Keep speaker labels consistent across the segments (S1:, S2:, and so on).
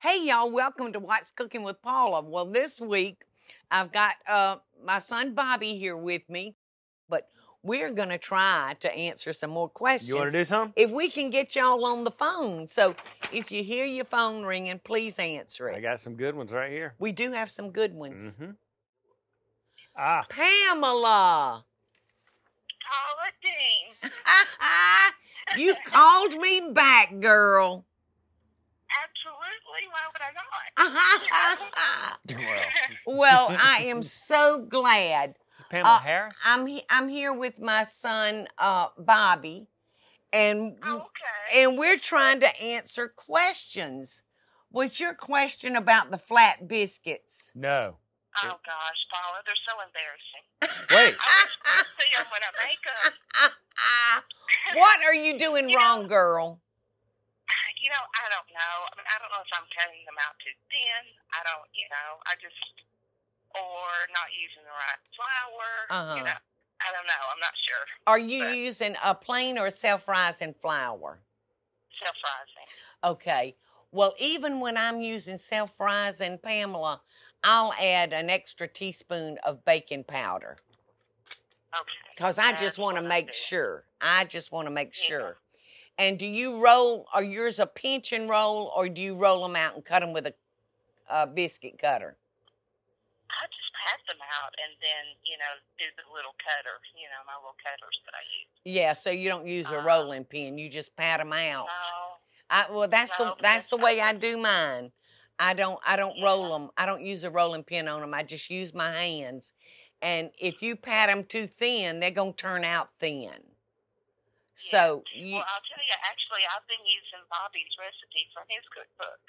S1: Hey, y'all, welcome to What's Cooking with Paula. Well, this week I've got uh, my son Bobby here with me, but we're going to try to answer some more questions.
S2: You want to do something?
S1: If we can get y'all on the phone. So if you hear your phone ringing, please answer
S2: I
S1: it.
S2: got some good ones right here.
S1: We do have some good ones.
S2: hmm Ah,
S1: Pamela,
S3: Paula Dean.
S1: you called me back, girl.
S3: Absolutely. Why would I not?
S2: well,
S1: well, I am so glad
S2: this is Pamela
S1: Uh,
S2: Harris.
S1: I'm he- I'm here with my son uh, Bobby, and
S3: Oh, okay.
S1: and we're trying to answer questions. What's your question about the flat biscuits?
S2: no,
S3: oh gosh, Paula, they're so embarrassing.
S2: wait.
S3: I always see them when I make them.
S1: what are you doing
S3: You know-
S1: wrong, girl?
S3: You know, I don't know. I mean, I don't know if I'm cutting them out too thin. I don't, you know, I just or not using the right flour.
S1: Uh-huh.
S3: You know, I don't know. I'm not sure.
S1: Are you
S3: Right.
S1: using a plain or self rising flour?
S3: Self rising.
S1: Okay. Well, even when I'm using self rising, Pamela, I'll add an extra teaspoon of baking powder.
S3: Okay.
S1: Because I just
S3: That's
S1: want to
S3: what I
S1: make
S3: do.
S1: sure. I just want to make
S3: Yeah.
S1: sure. And do you roll, are yours a pinch and roll, or do you roll them out and cut them with a, a biscuit cutter?
S3: I just pat them out and then, you know, do the little cutter, you know, my little cutters that I use.
S1: Yeah, so you don't use a
S3: Uh,
S1: rolling pin. You just pat them out.
S3: Oh,
S1: I, well, that's the
S3: no,
S1: that's
S3: that's
S1: the way I do mine. I don't I don't
S3: Yeah.
S1: roll them. I don't use a rolling pin on them. I just use my hands. And if you pat them too thin, they're gonna turn out thin. So you,
S3: Well, I'll tell you, actually, I've been using Bobby's recipe from his cookbook.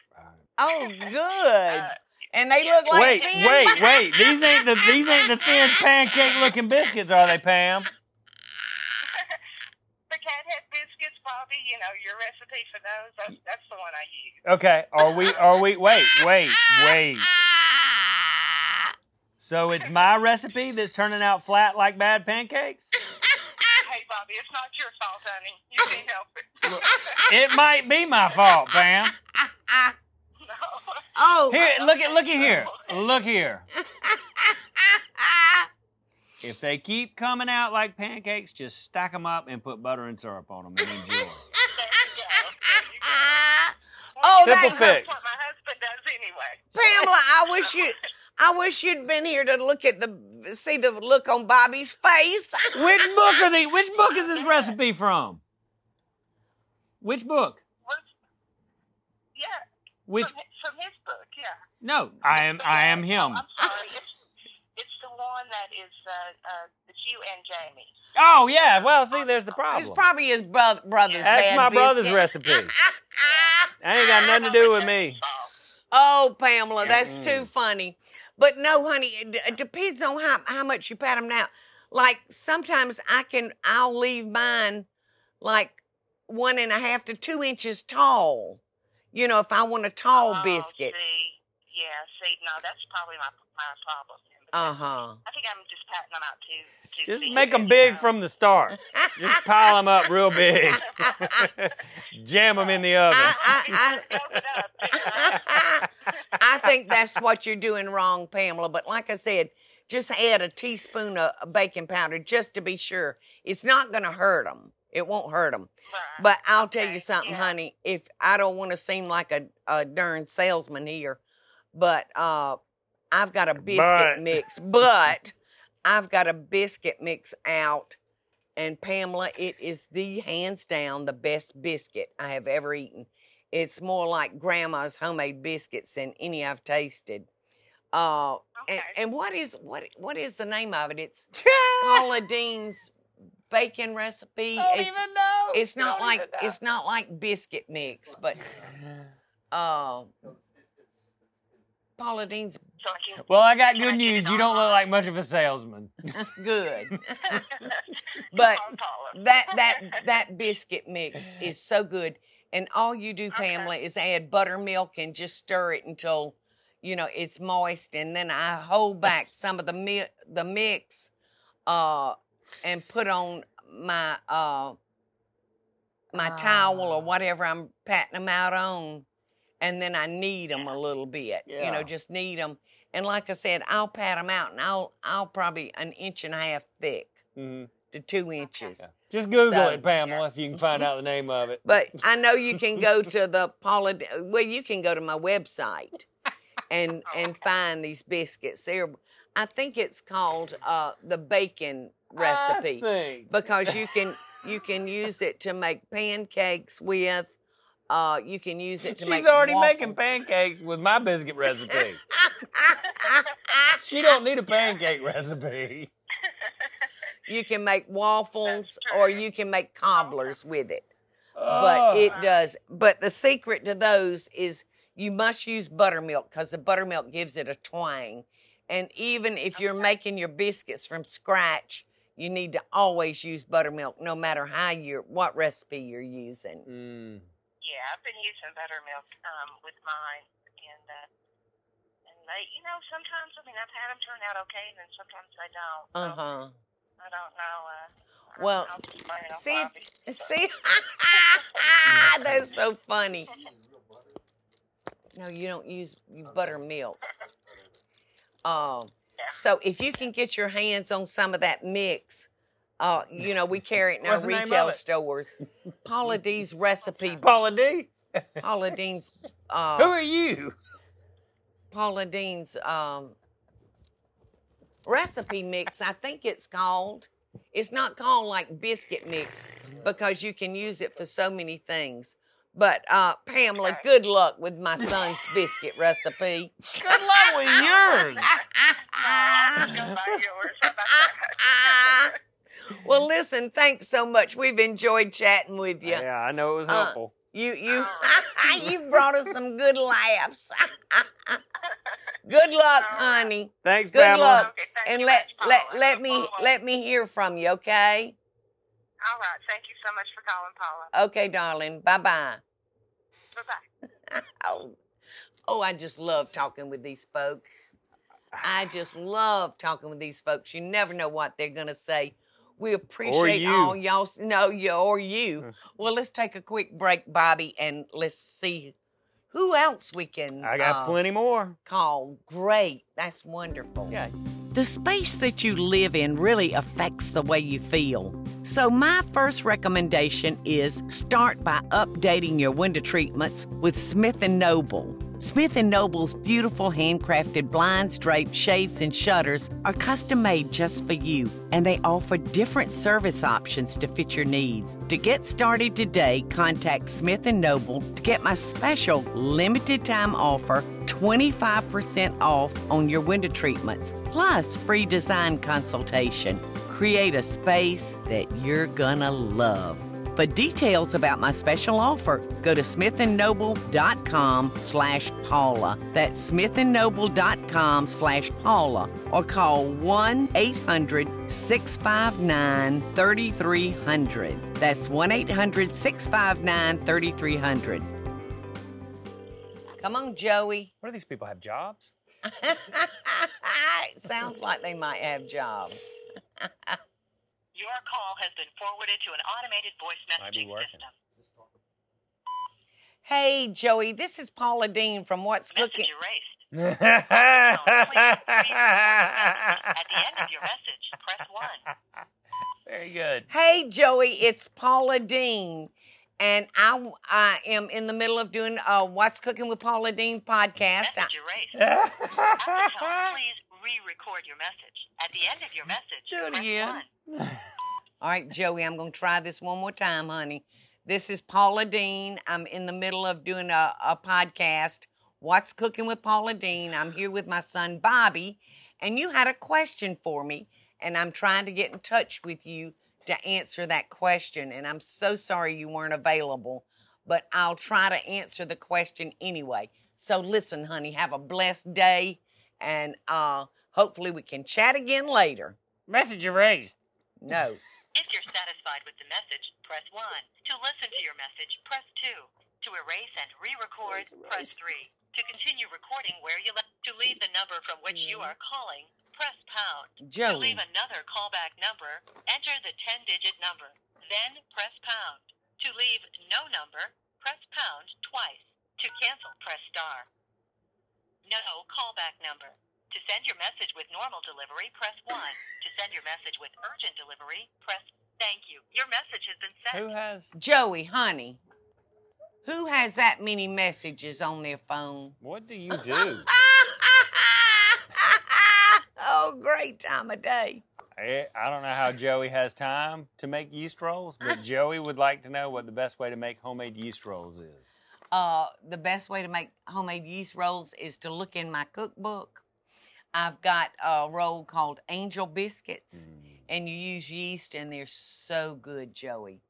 S1: oh, good.
S3: Uh,
S1: and they
S3: yeah.
S1: look like
S2: wait,
S1: thin
S2: wait, wait. These ain't the these ain't the thin pancake looking biscuits, are they, Pam?
S3: the cathead biscuits, Bobby, you know, your recipe for those, that's, that's the one I use.
S2: Okay. Are we? Are we? Wait, wait, wait. So it's my recipe that's turning out flat like bad pancakes.
S3: Hey, Bobby, it's not your fault, honey. You can't help it.
S2: It might be my fault, Pam.
S3: no.
S1: Oh,
S2: Here, look at look at here. Look here. If they keep coming out like pancakes, just stack them up and put butter and syrup on them and enjoy.
S3: There you go. There you go.
S1: Oh,
S2: Simple
S3: that's
S2: fix.
S3: what my husband does anyway.
S1: Pamela, I wish you, I wish you'd been here to look at the, see the look on Bobby's face.
S2: which book are the? Which book is this recipe from? Which book?
S3: Was, yeah,
S2: Which?
S3: from, hi- from his book, yeah.
S2: No, I am. I am him.
S3: Oh, I'm sorry. It's, it's the one that is uh, uh, it's you and Jamie.
S2: Oh yeah. Well, see, there's the
S1: It's
S2: problem.
S1: probably his bro- brother's
S2: That's
S1: bad
S2: my brother's
S1: biscuit.
S2: recipe. I ain't got nothing to do with me.
S1: Oh, Pamela, that's
S2: Mm-mm.
S1: too funny. But no, honey, it, d- it depends on how, how much you pat them down. Like sometimes I can, I'll leave mine like one and a half to two inches tall. You know, if I want a tall biscuit.
S3: Oh, See, yeah, see, no, that's probably my my problem.
S1: Uh huh.
S3: I think I'm just patting them out too. too
S2: Just
S3: thin,
S2: make them
S3: you
S2: big
S3: know.
S2: from the start. Just pile them up real big. Jam them in the oven.
S1: I, I,
S3: Open up, you know.
S1: I, I think that's what you're doing wrong, Pamela. But like I said, just add a teaspoon of baking powder just to be sure. It's not going to hurt them. It won't hurt them.
S3: Right.
S1: But I'll tell you
S3: Okay,
S1: something,
S3: yeah.
S1: honey. If I don't want to seem like a, a darn salesman here, but uh, I've got a biscuit
S2: But.
S1: mix. But I've got a biscuit mix out, and Pamela, it is the hands down the best biscuit I have ever eaten. It's more like grandma's homemade biscuits than any I've tasted. Uh,
S3: okay.
S1: and, and what is what what is the name of it? It's Paula Dean's bacon recipe. it's,
S2: know.
S1: it's not like it's not like biscuit mix, but uh, Paula Dean's
S3: so I can,
S2: Well, I got
S3: Can I
S2: good
S3: get
S2: news.
S3: it
S2: You don't look
S3: online?
S2: like much of a salesman.
S1: good, but
S3: I'll call her.
S1: that that that biscuit mix is so good. And all you do,
S3: Okay.
S1: Pamela, is add buttermilk and just stir it until you know it's moist, and then I hold back some of the mi- the mix, uh, and put on my uh my towel or
S2: Ah.
S1: whatever I'm patting them out on, and then I knead them a little bit. You
S2: Yeah.
S1: know, just knead them. And like I said, I'll pat them out, and I'll I'll probably an inch and a half thick
S2: Mhm.
S1: to two inches.
S2: Yeah. Just Google
S1: So-
S2: it, Pamela, if you can find out the name of it.
S1: But I know you can go to the Paula. D- Well, you can go to my website and and find these biscuits. There, I think it's called uh, the bacon recipe
S2: I think.
S1: because you can you can use it to make pancakes with. Uh, you can use it to
S2: She's
S1: make.
S2: already
S1: waffles.
S2: making pancakes with my biscuit recipe. she don't need a pancake recipe.
S1: you can make waffles
S3: That's
S1: or
S3: true.
S1: you can make cobblers with it.
S2: Oh.
S1: But it does. But the secret to those is you must use buttermilk because the buttermilk gives it a twang. And even if you're
S3: Okay.
S1: making your biscuits from scratch, you need to always use buttermilk, no matter how you're what recipe you're using.
S2: Mm.
S3: Yeah, I've been using buttermilk um, with mine, and uh, and they, you know, sometimes I mean I've had them turn out okay, and then sometimes they don't. So
S1: Uh huh.
S3: I don't know. Uh, I don't
S1: Well,
S3: know how to explain it,
S1: see-
S3: Bobby.
S1: See, that's so funny. No, you don't use you buttermilk. Um, so if you can get your hands on some of that mix, uh, you know we carry it in our
S2: What's the name of
S1: retail
S2: it?
S1: stores. Paula Dee's recipe,
S2: Paula D,
S1: Paula Dean's,
S2: who
S1: uh,
S2: are you?
S1: Paula Dean's um, recipe mix. I think it's called. It's not called like biscuit mix because you can use it for so many things. But uh, Pamela,
S3: Okay.
S1: good luck with my son's biscuit recipe.
S2: Good luck with yours.
S3: No, I'll go buy yours. How about that?
S1: well, listen, thanks so much. We've enjoyed chatting with you.
S2: I know it was
S1: Uh,
S2: helpful.
S1: You you
S3: All
S1: you brought us some good laughs. good luck,
S3: All right.
S1: honey.
S2: Thanks,
S1: good
S2: Pamela.
S1: luck.
S3: okay, thank
S1: And
S3: you
S1: let
S3: much,
S1: let
S3: Paula.
S1: let me
S3: Paula.
S1: let me hear from you, okay?
S3: All right, thank you so much for calling, Paula.
S1: Okay, darling. Bye bye.
S3: Bye bye.
S1: Oh, oh, I just love talking with these folks. I just love talking with these folks. You never know what they're gonna say. We appreciate
S2: you. Hmm.
S1: all y'all. s- No, you or you. Well, let's take a quick break, Bobby, and let's see who else we can.
S2: I got
S1: uh,
S2: plenty more.
S1: Call great. That's wonderful.
S2: Yeah.
S1: The space that you live in really affects the way you feel. So, my first recommendation is start by updating your window treatments with Smith & Noble. Smith & Noble's beautiful handcrafted blinds, drapes, shades, and shutters are custom made just for you, and they offer different service options to fit your needs. To get started today, contact Smith & Noble to get my special limited time offer 25% off on your window treatments, plus free design consultation. Create a space that you're gonna love. For details about my special offer, go to smithandnoble.com slash Paula. That's smithandnoble.com slash Paula or call 1-800-659-3300. That's 1-800-659-3300. Come on, Joey.
S2: What do these people have jobs?
S1: it sounds like they might have jobs.
S3: Your call has been forwarded to an automated voice
S2: Might be
S3: messaging
S2: working.
S3: system.
S1: Hey, Joey, this is Paula Dean from What's Cooking.
S3: Message erased. At the end of your
S2: Very
S3: message, press 1.
S2: good.
S1: Hey, Joey, it's Paula Dean, and I, I am in the middle of doing a What's Cooking with Paula Dean podcast. I-
S3: Message erased. At the tone, please re-record your message. At the end of your message,
S2: Do it
S3: press
S2: again.
S3: 1.
S1: All right, Joey, I'm going to try this one more time, honey. This is Paula Dean. I'm in the middle of doing a, a podcast, What's Cooking with Paula Dean. I'm here with my son, Bobby, and you had a question for me, and I'm trying to get in touch with you to answer that question. And I'm so sorry you weren't available, but I'll try to answer the question anyway. So listen, honey, have a blessed day, and uh, hopefully we can chat again later.
S2: Message erased.
S1: No.
S3: If you're satisfied with the message, press 1. To listen to your message, press 2. To erase and re-record, press 3. To continue recording where you left, to leave the number from which you are calling, press pound. To
S1: Joey.
S3: leave another callback number, enter the 10 digit number, then press pound. To leave no number, press pound twice. To cancel, press star. No callback number. To send your message with normal delivery, press 1. to send your message with urgent delivery, press Thank you. Your message has been sent.
S2: Who has?
S1: Joey, honey, who has that many messages on their phone?
S2: What do you do?
S1: oh, great time of day.
S2: I, I don't know how Joey has time to make yeast rolls, but Joey would like to know what the best way to make homemade yeast rolls is.
S1: Uh, the best way to make homemade yeast rolls is to look in my cookbook. I've got a roll called Angel Biscuits,
S2: Hmm.
S1: and you use yeast, and they're so good, Joey.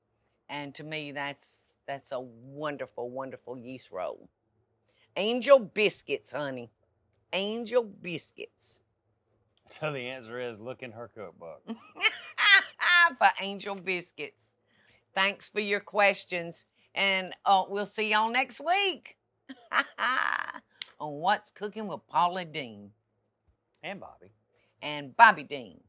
S1: And to me, that's that's a wonderful, wonderful yeast roll. Angel Biscuits, honey. Angel Biscuits.
S2: So the answer is look in her cookbook.
S1: for Angel Biscuits. Thanks for your questions, and uh, we'll see y'all next week on What's Cooking with Paula Dean
S2: and Bobby.
S1: and Bobby Dean.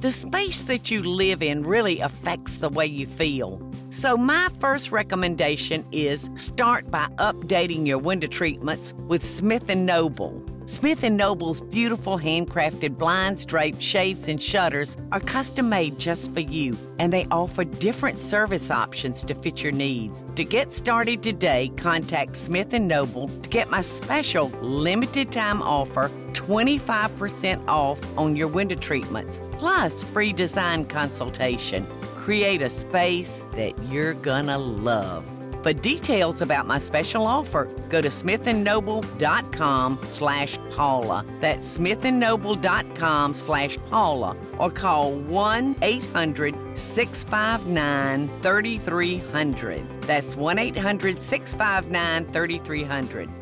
S1: the space that you live in really affects the way you feel. So, my first recommendation is start by updating your window treatments with Smith & Noble. Smith & Noble's beautiful handcrafted blinds, drapes, shades, and shutters are custom made just for you, and they offer different service options to fit your needs. To get started today, contact Smith & Noble to get my special limited time offer 25% off on your window treatments, plus free design consultation. Create a space that you're gonna love. For details about my special offer, go to smithandnoble.com slash Paula. That's smithandnoble.com slash Paula or call 1-800-659-3300. That's 1-800-659-3300.